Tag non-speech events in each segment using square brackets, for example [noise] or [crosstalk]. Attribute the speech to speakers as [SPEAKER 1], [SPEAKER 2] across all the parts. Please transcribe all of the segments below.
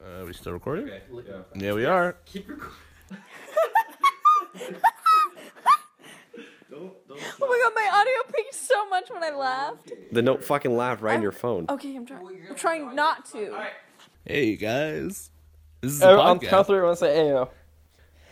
[SPEAKER 1] Uh, we still recording?
[SPEAKER 2] Okay, yeah.
[SPEAKER 1] Yeah, we are.
[SPEAKER 2] Keep recording. don't, don't.
[SPEAKER 3] Oh my god, my audio peaked so much when I laughed.
[SPEAKER 4] Then don't fucking laugh right in
[SPEAKER 3] Oh,
[SPEAKER 4] your phone.
[SPEAKER 3] Okay, I'm trying. I'm trying not to.
[SPEAKER 1] Hey guys, this is a
[SPEAKER 5] I'm
[SPEAKER 1] podcast.
[SPEAKER 5] count three. When I say Ayo,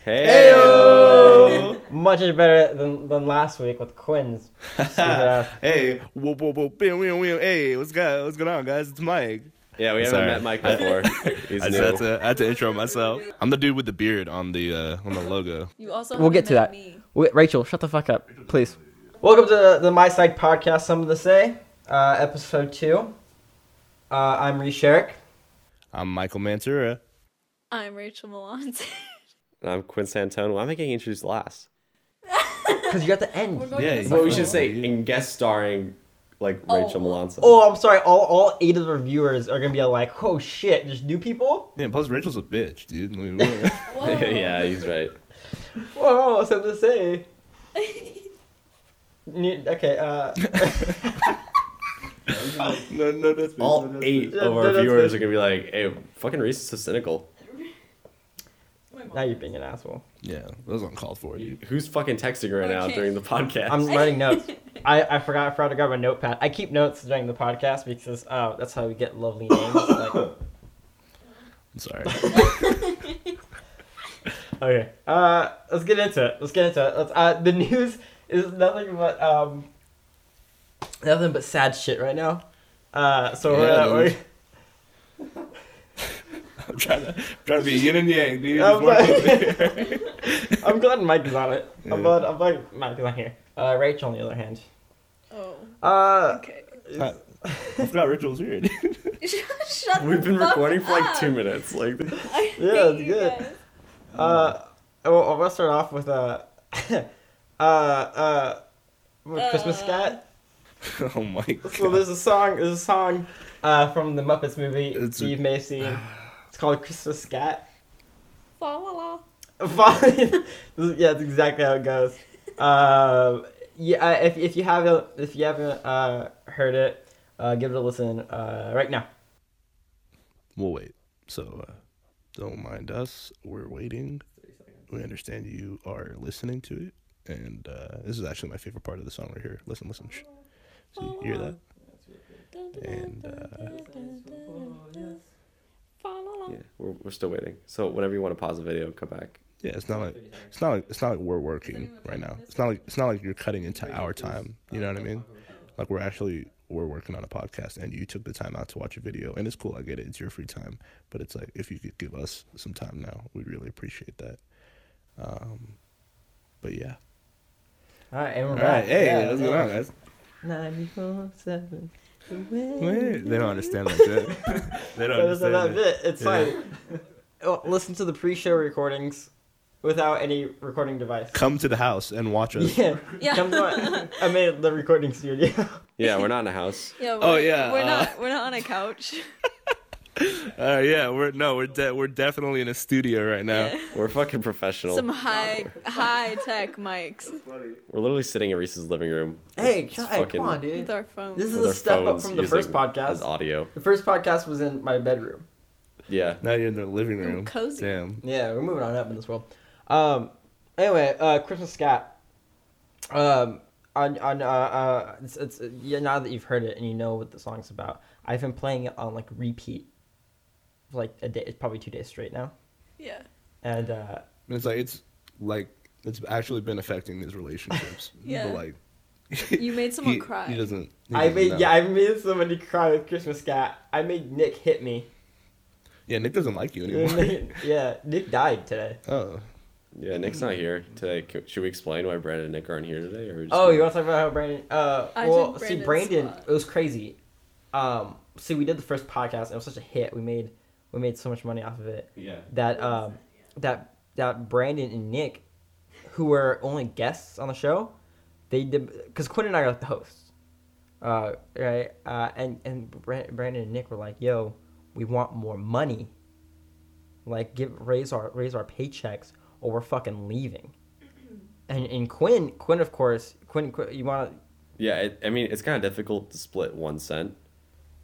[SPEAKER 4] Hey,
[SPEAKER 6] Much better than, than last week
[SPEAKER 4] [laughs]
[SPEAKER 6] with Quinn's. Yeah.
[SPEAKER 1] Hey, whoa, whoa, whoa, bam, bam, bam. Hey, what's good? What's going on, guys? It's Mike.
[SPEAKER 4] yeah, we haven't
[SPEAKER 1] Sorry.
[SPEAKER 4] met Mike [laughs] before. He's
[SPEAKER 1] I
[SPEAKER 4] new.
[SPEAKER 1] just had to, I had to intro myself. I'm the dude with the beard on the uh, on the logo.
[SPEAKER 3] You also.
[SPEAKER 5] we'll get to that.
[SPEAKER 3] haven't met me.
[SPEAKER 5] Wait, Rachel, shut the fuck up, please.
[SPEAKER 6] Welcome to the My Psych Podcast, Something to Say, uh, episode two. Uh, I'm Ree Sherrick.
[SPEAKER 1] I'm Michael Mantura.
[SPEAKER 3] I'm Rachel [laughs] Malante.
[SPEAKER 4] And I'm Quinn Santone. Why am I getting introduced last?
[SPEAKER 6] Because you're at the end.
[SPEAKER 3] Going to
[SPEAKER 1] Yeah, Well,
[SPEAKER 3] the
[SPEAKER 4] Well,
[SPEAKER 1] we
[SPEAKER 4] we
[SPEAKER 1] Oh.
[SPEAKER 4] should
[SPEAKER 1] should
[SPEAKER 4] say
[SPEAKER 1] say,
[SPEAKER 4] in guest starring like
[SPEAKER 3] Oh.
[SPEAKER 4] Rachel Malonzo.
[SPEAKER 6] Oh, I'm sorry. All, all eight of the reviewers are going to be like, oh shit, just new people?
[SPEAKER 1] Yeah, plus Rachel's a bitch, dude. I mean, what-
[SPEAKER 4] [laughs]
[SPEAKER 3] Whoa.
[SPEAKER 4] yeah, he's right.
[SPEAKER 6] Whoa, [laughs] something to say. New- okay, uh,
[SPEAKER 1] no, no, that's me, no,
[SPEAKER 4] All
[SPEAKER 1] that's me.
[SPEAKER 4] eight
[SPEAKER 6] Yeah,
[SPEAKER 4] of our
[SPEAKER 6] that's it.
[SPEAKER 4] viewers are gonna be like, "Hey, fucking Reese is so cynical.
[SPEAKER 6] now you're being an asshole.
[SPEAKER 1] Yeah, that was uncalled for, dude.
[SPEAKER 4] Who's fucking texting right now
[SPEAKER 3] Okay.
[SPEAKER 4] during the podcast?"
[SPEAKER 6] [laughs] I'm writing notes. I, I forgot I forgot to grab my notepad. I keep notes during the podcast because uh, that's how we get lovely names. like,
[SPEAKER 1] I'm sorry. [laughs]
[SPEAKER 6] Okay. Uh, let's get into it. Let's get into it. Let's, uh, the [laughs] news is nothing but um, nothing but sad shit right now. Uh, so we're,
[SPEAKER 1] Yeah,
[SPEAKER 6] gonna, we're,
[SPEAKER 1] dude. I'm trying to, I'm trying to be yin and yang, dude.
[SPEAKER 6] I'm,
[SPEAKER 1] There's more-
[SPEAKER 6] glad,
[SPEAKER 1] [laughs]
[SPEAKER 6] I'm glad Mike is on it. I'm
[SPEAKER 1] Yeah.
[SPEAKER 6] glad I'm glad Mike is on here. Uh, Rachel, on the other hand.
[SPEAKER 4] [laughs]
[SPEAKER 3] Oh.
[SPEAKER 6] [laughs] Uh,
[SPEAKER 3] Okay. [laughs]
[SPEAKER 1] I I forgot Rachel's here. dude. [laughs]
[SPEAKER 4] [laughs]
[SPEAKER 3] Shut
[SPEAKER 4] We've been
[SPEAKER 3] the fuck
[SPEAKER 4] recording for like
[SPEAKER 3] up.
[SPEAKER 4] two minutes.
[SPEAKER 3] [laughs]
[SPEAKER 4] Like,
[SPEAKER 3] I
[SPEAKER 6] Yeah,
[SPEAKER 3] hate
[SPEAKER 6] it's
[SPEAKER 3] you
[SPEAKER 6] good.
[SPEAKER 3] guys.
[SPEAKER 6] uh, we'll, we'll start off with uh, [laughs] uh, uh, with Christmas
[SPEAKER 3] Uh.
[SPEAKER 6] Cat.
[SPEAKER 3] [laughs]
[SPEAKER 1] oh my god.
[SPEAKER 6] So there's a song. There's a song uh, from the Muppets movie
[SPEAKER 1] It's-
[SPEAKER 6] you may have seen. It's called Christmas Scat.
[SPEAKER 3] La la la.
[SPEAKER 6] Fine. [laughs] yeah, that's exactly how it goes. Um, yeah, uh, if, if you haven't if you haven't uh, heard it, uh, give it a listen uh, right now.
[SPEAKER 1] We'll wait. So uh, don't mind us. We're waiting. We understand you are listening to it. And uh, this is actually my favorite part of the song right here. Listen, listen. Shh. So you hear that?
[SPEAKER 3] Dun, dun,
[SPEAKER 1] And,
[SPEAKER 3] dun,
[SPEAKER 1] uh,
[SPEAKER 3] dun, dun, dun, dun. Fa la la.
[SPEAKER 4] yeah, we're, we're still waiting. So whenever you want to pause the video, come back.
[SPEAKER 1] Yeah, it's not like it's not like it's not like we're working right now. It's not like it's not like you're cutting into our time. You know what I mean? Like we're actually we're working on a podcast, and you took the time out to watch a video, and it's cool. I get it. It's your free time, but it's like if you could give us some time now, we'd really appreciate that. Um, but yeah.
[SPEAKER 6] All right, and we're
[SPEAKER 1] All
[SPEAKER 6] back.
[SPEAKER 1] right. Hey,
[SPEAKER 6] Yeah,
[SPEAKER 1] what's
[SPEAKER 6] yeah.
[SPEAKER 1] going on, guys?
[SPEAKER 6] 94.7.
[SPEAKER 1] Wait, they don't understand like that. [laughs] they don't
[SPEAKER 6] That was
[SPEAKER 1] understand.
[SPEAKER 6] that
[SPEAKER 1] That.
[SPEAKER 6] bit. It's like [laughs] oh, listen to the pre-show recordings without any recording device.
[SPEAKER 1] Come to the house and watch us.
[SPEAKER 6] [laughs] Yeah.
[SPEAKER 3] Yeah.
[SPEAKER 6] Come to my, I made the recording studio.
[SPEAKER 4] Yeah, we're not in a house.
[SPEAKER 3] Yeah,
[SPEAKER 1] Oh,
[SPEAKER 3] we're-
[SPEAKER 1] yeah,
[SPEAKER 3] We're
[SPEAKER 1] uh,
[SPEAKER 3] not. We're not on a
[SPEAKER 4] [laughs]
[SPEAKER 3] couch. [laughs]
[SPEAKER 1] Uh, yeah, we're no, we're de- we're definitely in a studio right now.
[SPEAKER 4] We're fucking professional.
[SPEAKER 3] Some high high tech mics
[SPEAKER 4] We're literally sitting in Reese's living room.
[SPEAKER 6] hey,
[SPEAKER 4] It's
[SPEAKER 6] guy,
[SPEAKER 4] fucking-
[SPEAKER 6] come on,
[SPEAKER 3] with
[SPEAKER 6] dude.
[SPEAKER 3] our phones.
[SPEAKER 6] This is
[SPEAKER 4] with
[SPEAKER 6] a
[SPEAKER 4] our
[SPEAKER 6] step up
[SPEAKER 4] phones
[SPEAKER 6] from the
[SPEAKER 4] using
[SPEAKER 6] first podcast.
[SPEAKER 4] as audio.
[SPEAKER 6] The first podcast was in my bedroom.
[SPEAKER 4] Yeah.
[SPEAKER 1] Now you're in the living room.
[SPEAKER 3] cozy.
[SPEAKER 1] Damn.
[SPEAKER 6] Yeah, we're moving on up in this world. Um, anyway, uh, Christmas Scat. Um, on on uh, uh it's, it's yeah. Now that you've heard it and you know what the song's about, I've been playing it on like repeat, for, like a day. It's probably two days straight now,
[SPEAKER 3] yeah.
[SPEAKER 6] and uh,
[SPEAKER 1] And it's like it's like it's actually been affecting his relationships.
[SPEAKER 3] [laughs] Yeah.
[SPEAKER 1] But like
[SPEAKER 3] You made someone
[SPEAKER 1] he,
[SPEAKER 3] cry.
[SPEAKER 1] He doesn't. he
[SPEAKER 6] I
[SPEAKER 1] doesn't
[SPEAKER 6] made
[SPEAKER 1] know.
[SPEAKER 6] yeah, I made somebody cry with Christmas Scat. I made Nick hit me.
[SPEAKER 1] Yeah, Nick doesn't
[SPEAKER 6] [laughs]
[SPEAKER 1] like you anymore.
[SPEAKER 6] yeah, Nick died today.
[SPEAKER 1] oh,
[SPEAKER 4] Yeah, Nick's not here today. C- Should we explain why Brandon and Nick aren't here today? Or are we just
[SPEAKER 6] Oh,
[SPEAKER 4] gonna-
[SPEAKER 6] you want to talk about how Brandon? Uh,
[SPEAKER 3] I
[SPEAKER 6] well,
[SPEAKER 3] did
[SPEAKER 6] see,
[SPEAKER 3] Brandon's
[SPEAKER 6] Brandon,
[SPEAKER 3] spot.
[SPEAKER 6] it was crazy. Um, see, we did the first podcast, and it was such a hit. We made we made so much money off of it
[SPEAKER 2] Yeah.
[SPEAKER 6] that um that that Brandon and Nick, who were only guests on the show, they did because Quinn and I are like the hosts, uh, right? Uh, and and Bran- Brandon and Nick were like, "Yo, we want more money. Like, give raise our raise our paychecks, or we're fucking leaving." And and Quinn Quinn of course Quinn, Quinn you want to
[SPEAKER 4] Yeah, it, I mean, it's kind of difficult to split one cent.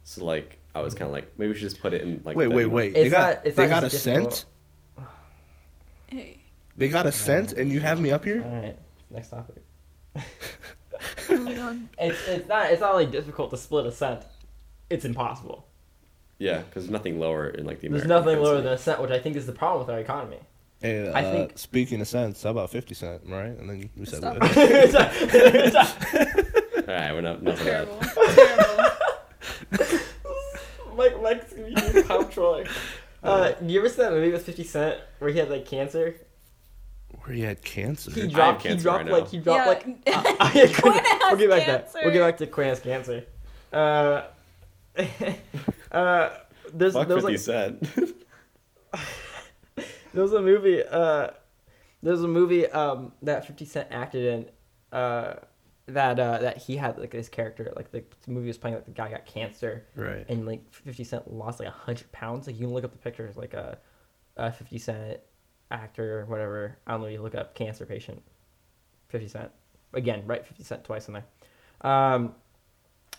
[SPEAKER 4] So, like, I was kind of like, maybe we should just put it in like.
[SPEAKER 1] Wait,
[SPEAKER 4] the-
[SPEAKER 1] wait, wait.
[SPEAKER 6] It's
[SPEAKER 1] they got
[SPEAKER 6] not- it's
[SPEAKER 1] they
[SPEAKER 6] not
[SPEAKER 1] got a
[SPEAKER 6] as
[SPEAKER 1] scent.
[SPEAKER 6] difficult.
[SPEAKER 4] [laughs]
[SPEAKER 3] Hey,
[SPEAKER 1] They got a scent, and you have me up here.
[SPEAKER 6] All right, next topic.
[SPEAKER 3] moving on.
[SPEAKER 6] It's it's not it's not only difficult to split a scent. It's impossible.
[SPEAKER 4] Yeah, because there's nothing lower in like the.
[SPEAKER 6] There's
[SPEAKER 4] American
[SPEAKER 6] nothing
[SPEAKER 4] currency.
[SPEAKER 6] lower than a cent, which I think is the problem with our
[SPEAKER 4] [laughs]
[SPEAKER 6] economy. [laughs]
[SPEAKER 1] And, uh,
[SPEAKER 6] I think-
[SPEAKER 1] speaking of scents, how about Fifty Cent, right? And then we said
[SPEAKER 3] Stop.
[SPEAKER 1] what?
[SPEAKER 4] All right, we're not. Enough of that.
[SPEAKER 3] Terrible. Terrible.
[SPEAKER 6] Mike, Mike's gonna be pop
[SPEAKER 4] [laughs]
[SPEAKER 6] trolling. Uh, you ever see that movie with Fifty Cent where he had like cancer?
[SPEAKER 1] [laughs] Where he had cancer.
[SPEAKER 6] He dropped. he
[SPEAKER 4] cancer
[SPEAKER 6] dropped
[SPEAKER 4] right now.
[SPEAKER 6] like [laughs] he
[SPEAKER 3] [laughs] Yeah.
[SPEAKER 6] dropped like. I- I-
[SPEAKER 3] Quinn has
[SPEAKER 6] we'll get back to that.
[SPEAKER 3] cancer.
[SPEAKER 6] We'll get back to Quinn has cancer. Uh, [laughs] uh, [laughs] there's
[SPEAKER 4] Fuck
[SPEAKER 6] there's
[SPEAKER 4] Fifty
[SPEAKER 6] like
[SPEAKER 4] Cent. [laughs]
[SPEAKER 6] There was a movie. Uh, there was a movie um, that Fifty Cent acted in. Uh, that uh, that he had like this character. Like the movie was playing like the guy got cancer,
[SPEAKER 1] Right.
[SPEAKER 6] and like Fifty Cent lost like hundred pounds. Like you can look up the pictures. Like a, a Fifty Cent actor or whatever. I don't know. You look up cancer patient, Fifty Cent. Again, right? Fifty Cent twice in there. Um,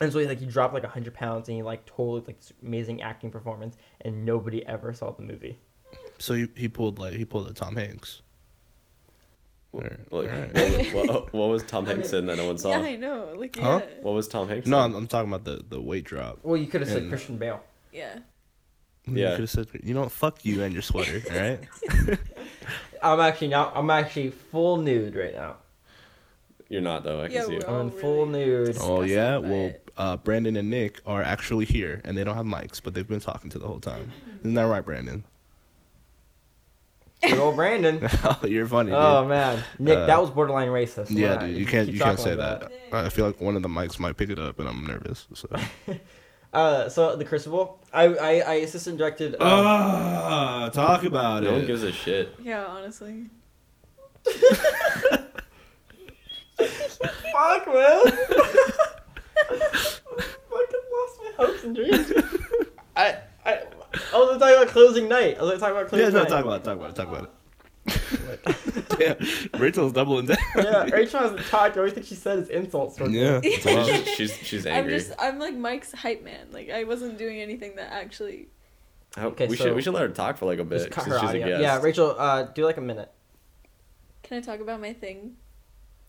[SPEAKER 6] and so he like he dropped like hundred pounds and he like totally like this amazing acting performance and nobody ever saw the movie.
[SPEAKER 1] So he, he pulled like he pulled a Tom Hanks.
[SPEAKER 4] Like,
[SPEAKER 1] Alright.
[SPEAKER 4] what, what- what was Tom Hanks in that no one saw?
[SPEAKER 3] Yeah, I know. Like, yeah.
[SPEAKER 1] Huh?
[SPEAKER 4] What was Tom Hanks?
[SPEAKER 1] No,
[SPEAKER 4] in?
[SPEAKER 1] I'm, I'm talking about the, the weight drop.
[SPEAKER 6] Well, you could have said
[SPEAKER 1] And-
[SPEAKER 6] Christian Bale.
[SPEAKER 3] Yeah.
[SPEAKER 1] You
[SPEAKER 4] Yeah.
[SPEAKER 1] could have said, you know, what, fuck you and your
[SPEAKER 3] [laughs]
[SPEAKER 1] sweater, all right?
[SPEAKER 6] I'm actually not. I'm actually full nude right now.
[SPEAKER 4] You're not though. I can
[SPEAKER 3] Yeah,
[SPEAKER 4] see.
[SPEAKER 3] we're
[SPEAKER 4] it.
[SPEAKER 3] all-
[SPEAKER 6] I'm
[SPEAKER 3] Oh,
[SPEAKER 6] in full
[SPEAKER 3] really?
[SPEAKER 6] nude.
[SPEAKER 1] oh,
[SPEAKER 3] Disgusting,
[SPEAKER 1] yeah?
[SPEAKER 3] but-
[SPEAKER 1] Well, uh, Brandon and Nick are actually here, and they don't have mics, but they've been talking to the whole time. Isn't that right, Brandon? [laughs]
[SPEAKER 6] Good old Brandon.
[SPEAKER 1] You're funny, dude.
[SPEAKER 6] oh man, Nick,
[SPEAKER 1] Uh,
[SPEAKER 6] that was borderline racist. Why
[SPEAKER 1] yeah,
[SPEAKER 6] not?
[SPEAKER 1] dude, you
[SPEAKER 6] Keep
[SPEAKER 1] can't you can't
[SPEAKER 6] chuckling
[SPEAKER 1] say
[SPEAKER 6] about
[SPEAKER 1] that. I feel like one of the mics might pick it up, and I'm nervous. So.
[SPEAKER 6] it. Uh, so the Crucible, I I, I assistant directed.
[SPEAKER 1] [laughs]
[SPEAKER 6] Um,
[SPEAKER 1] Ah, talk about
[SPEAKER 4] No one gives a shit.
[SPEAKER 3] Yeah, honestly.
[SPEAKER 1] [laughs] Uh.
[SPEAKER 6] [laughs] Fuck man. [laughs] Fucking lost my hopes and
[SPEAKER 1] [laughs]
[SPEAKER 6] dreams. I I I was talking about closing night. I was talking about
[SPEAKER 1] Yeah,
[SPEAKER 6] closing
[SPEAKER 1] no,
[SPEAKER 6] night.
[SPEAKER 1] talk about it, talk about it, talk [laughs] about
[SPEAKER 6] [laughs]
[SPEAKER 1] it. Damn, Rachel's doubling [laughs] down.
[SPEAKER 6] yeah, Rachel hasn't talked. Everything she said is insults. towards me.
[SPEAKER 1] Yeah.
[SPEAKER 4] Well, she's she's angry.
[SPEAKER 3] [laughs] I'm just, I'm like Mike's hype man. Like, I wasn't doing anything that actually.
[SPEAKER 4] How-
[SPEAKER 6] Okay,
[SPEAKER 4] we
[SPEAKER 6] so-
[SPEAKER 4] should we should let her talk for like a
[SPEAKER 6] Just
[SPEAKER 4] bit.
[SPEAKER 6] cut
[SPEAKER 4] Since
[SPEAKER 6] her
[SPEAKER 4] she's a
[SPEAKER 6] audio.
[SPEAKER 4] guest.
[SPEAKER 6] Yeah, Rachel, uh, do like a minute.
[SPEAKER 3] Can I talk about my thing?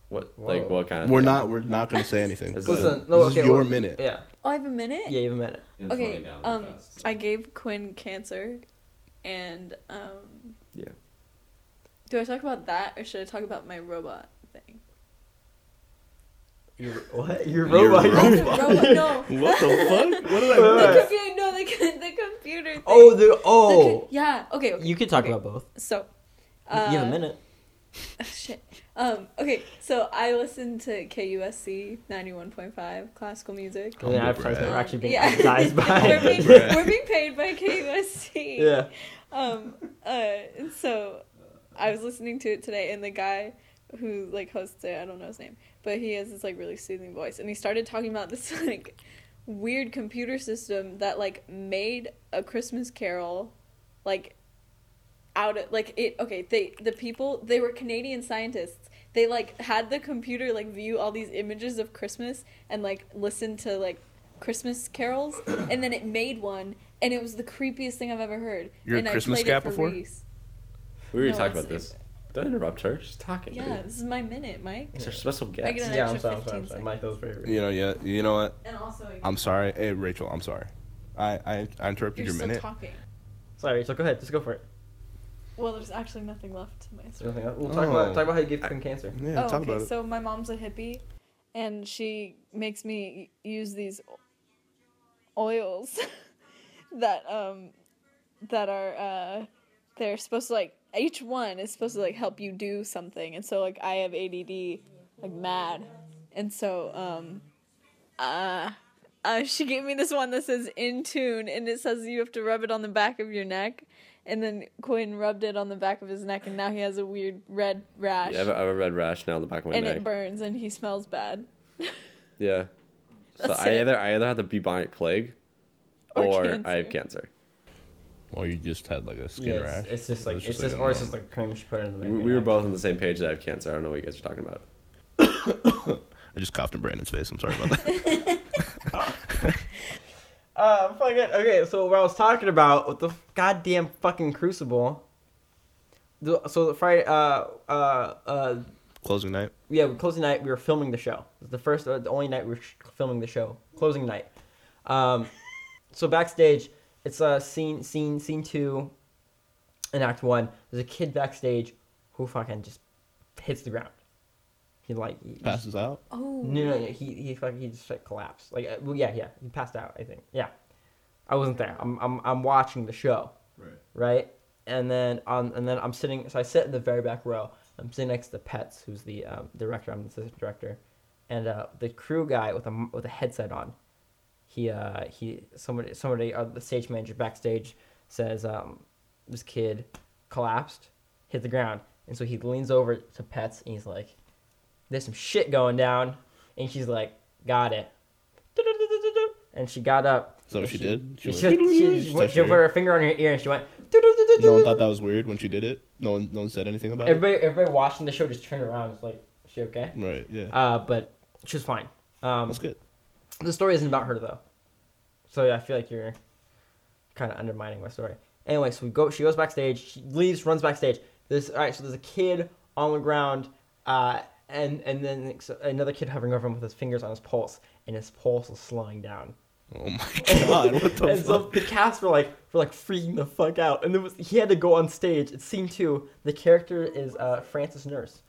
[SPEAKER 4] What
[SPEAKER 6] Whoa.
[SPEAKER 4] like what kind of?
[SPEAKER 1] We're
[SPEAKER 4] thing?
[SPEAKER 1] not. We're not gonna say anything.
[SPEAKER 4] This is-
[SPEAKER 6] Listen, no,
[SPEAKER 1] this
[SPEAKER 6] okay.
[SPEAKER 1] is your
[SPEAKER 6] well,
[SPEAKER 1] minute.
[SPEAKER 6] Yeah,
[SPEAKER 3] Oh, I have a minute?
[SPEAKER 6] yeah, you have a minute.
[SPEAKER 3] Okay, um, I gave Quinn cancer, and, um.
[SPEAKER 4] Yeah.
[SPEAKER 3] Do I talk about that, or should I talk about my robot
[SPEAKER 1] [laughs]
[SPEAKER 3] thing?
[SPEAKER 6] Your what? Your
[SPEAKER 1] Your
[SPEAKER 6] robot.
[SPEAKER 1] robot.
[SPEAKER 3] robot, no.
[SPEAKER 1] What the fuck? What did [laughs] I?
[SPEAKER 6] Wait,
[SPEAKER 3] The
[SPEAKER 6] wait.
[SPEAKER 1] miss?
[SPEAKER 3] computer, no, the, co- [laughs] the computer thing.
[SPEAKER 6] [laughs] oh, the
[SPEAKER 3] The
[SPEAKER 6] oh.
[SPEAKER 3] co- yeah, okay, okay.
[SPEAKER 6] [laughs] You could talk
[SPEAKER 3] okay.
[SPEAKER 6] about both.
[SPEAKER 3] So.
[SPEAKER 6] you have
[SPEAKER 3] uh,
[SPEAKER 6] a minute.
[SPEAKER 3] [laughs] Shit. Um, okay, so I listened to KUSC 91.5 classical music.
[SPEAKER 1] Oh,
[SPEAKER 6] And then
[SPEAKER 1] my
[SPEAKER 6] advertisement
[SPEAKER 1] breath.
[SPEAKER 6] we're actually being [laughs]
[SPEAKER 3] Yeah. [laughs]
[SPEAKER 6] advertised
[SPEAKER 3] we're, being,
[SPEAKER 6] by.
[SPEAKER 1] Bruh. [laughs]
[SPEAKER 3] we're being paid by KUSC.
[SPEAKER 6] yeah.
[SPEAKER 3] Um, uh, and so I was listening to it today, and the guy who, like, hosts it, I don't know his name, but he has this, like, really soothing voice, and he started talking about this, [laughs] like, weird computer system that, like, made a Christmas carol, like, out of like it okay they the people they were canadian scientists they like had the computer like view all these images of christmas and like listen to like christmas carols and then it made one and it was the creepiest thing i've ever heard
[SPEAKER 1] You're a
[SPEAKER 3] and
[SPEAKER 1] Christmas
[SPEAKER 3] i played
[SPEAKER 1] cat
[SPEAKER 3] it for
[SPEAKER 1] before?
[SPEAKER 3] Reese.
[SPEAKER 4] We already
[SPEAKER 3] No,
[SPEAKER 4] talked
[SPEAKER 3] it's-
[SPEAKER 4] about this. Don't interrupt her. She's talking.
[SPEAKER 3] yeah
[SPEAKER 4] dude.
[SPEAKER 3] this is my minute mike
[SPEAKER 4] It's her special
[SPEAKER 3] I get
[SPEAKER 4] guest.
[SPEAKER 3] an
[SPEAKER 6] Yeah, I'm
[SPEAKER 3] extra
[SPEAKER 6] sorry. I'm sorry. I'm
[SPEAKER 3] 15
[SPEAKER 6] sorry. Mike, that was very rude.
[SPEAKER 1] You know. Yeah. You know what?
[SPEAKER 3] and also
[SPEAKER 1] I'm sorry. Hey, Rachel. I'm sorry. I I, I interrupted
[SPEAKER 3] you're
[SPEAKER 1] your
[SPEAKER 3] still
[SPEAKER 1] minute.
[SPEAKER 3] talking
[SPEAKER 6] Sorry, Rachel. Go ahead. Just go for it.
[SPEAKER 3] well there's actually nothing left to my
[SPEAKER 6] Is
[SPEAKER 3] story
[SPEAKER 6] there anything else? We'll
[SPEAKER 1] Oh.
[SPEAKER 6] talk about talk about how you gave Quinn cancer.
[SPEAKER 1] Yeah.
[SPEAKER 3] oh,
[SPEAKER 1] talk
[SPEAKER 3] okay.
[SPEAKER 1] about it.
[SPEAKER 3] So my mom's a hippie, and she makes me y- use these o- oils [laughs] that um that are uh they're supposed to like each one is supposed to like help you do something, and so like I have ADD like mad, and so um uh. Uh, she gave me this one that says in tune and it says you have to rub it on the back of your neck and then quinn rubbed it on the back of his neck and now he has a weird red rash
[SPEAKER 4] Yeah, I have, a, I have a red rash now on the back of my
[SPEAKER 3] and
[SPEAKER 4] neck.
[SPEAKER 3] it burns and he smells bad
[SPEAKER 4] Yeah. So
[SPEAKER 3] That's
[SPEAKER 4] I
[SPEAKER 3] it.
[SPEAKER 4] either I either have the bubonic plague,
[SPEAKER 3] Or
[SPEAKER 4] or, I have cancer.
[SPEAKER 1] Or you just had like a skin
[SPEAKER 6] Yeah,
[SPEAKER 1] rash.
[SPEAKER 6] it's, it's just like
[SPEAKER 1] It was
[SPEAKER 6] it's just, or it's just
[SPEAKER 1] a-
[SPEAKER 6] like cream she put in the.
[SPEAKER 4] We, we were both on the same page that I have cancer. I don't know what you guys are talking about.
[SPEAKER 3] [laughs]
[SPEAKER 1] I just coughed in Brandon's face. I'm sorry about that.
[SPEAKER 6] Uh, fucking okay. So what I was talking about with the goddamn fucking crucible. The, so the Friday, uh, uh, uh,
[SPEAKER 1] Closing night.
[SPEAKER 6] yeah, we closing night. We were filming the show. It was the first, uh, the only night we were sh- filming the show. Closing night. Um, so backstage, it's uh scene, scene, scene two, in Act One. There's a kid backstage who fucking just hits the ground. He like he-
[SPEAKER 1] Passes out.
[SPEAKER 3] Oh.
[SPEAKER 6] no, no, no, he he fucking he just like collapsed. Like, uh, well, yeah, yeah, he passed out. I think, yeah. I wasn't there. I'm I'm I'm watching the show,
[SPEAKER 2] Right.
[SPEAKER 6] right? And then on and then I'm sitting. So I sit in the very back row. I'm sitting next to Pets, who's the um, director. I'm the assistant director, and uh, the crew guy with a m- with a headset on. He uh he somebody somebody uh, the stage manager backstage says um this kid collapsed, hit the ground, and so he leans over to Pets and he's like there's some shit going down. And she's like, got it. And she got up.
[SPEAKER 1] Is that what
[SPEAKER 6] and
[SPEAKER 1] she did?
[SPEAKER 6] She,
[SPEAKER 1] She
[SPEAKER 6] she,
[SPEAKER 1] went-
[SPEAKER 6] she,
[SPEAKER 1] Is
[SPEAKER 6] she,
[SPEAKER 1] that
[SPEAKER 6] went- she put
[SPEAKER 1] weird?
[SPEAKER 6] her finger on her ear and she went.
[SPEAKER 1] [laughs] No one thought that was weird when she did it. No one, no one said anything about
[SPEAKER 6] Everybody, everybody watching the show just turned around. It's like, is she okay?
[SPEAKER 1] it. Right. Yeah.
[SPEAKER 6] Uh, but she was fine. Um,
[SPEAKER 1] Mm. That's good.
[SPEAKER 6] the story isn't about her though, so I feel like you're kind of undermining my story. Anyway, so we go. She goes backstage. She leaves, runs backstage. There's all right. So there's a kid on the ground, uh, and and then so another kid hovering over him with his fingers on his pulse, and his pulse is slowing down.
[SPEAKER 1] Oh
[SPEAKER 6] [laughs]
[SPEAKER 1] my god. What the
[SPEAKER 6] and so
[SPEAKER 1] fuck?
[SPEAKER 6] the cast were like, were like freaking the fuck out, and it was he had to go on stage. It's scene two. The character is uh, Francis Nurse.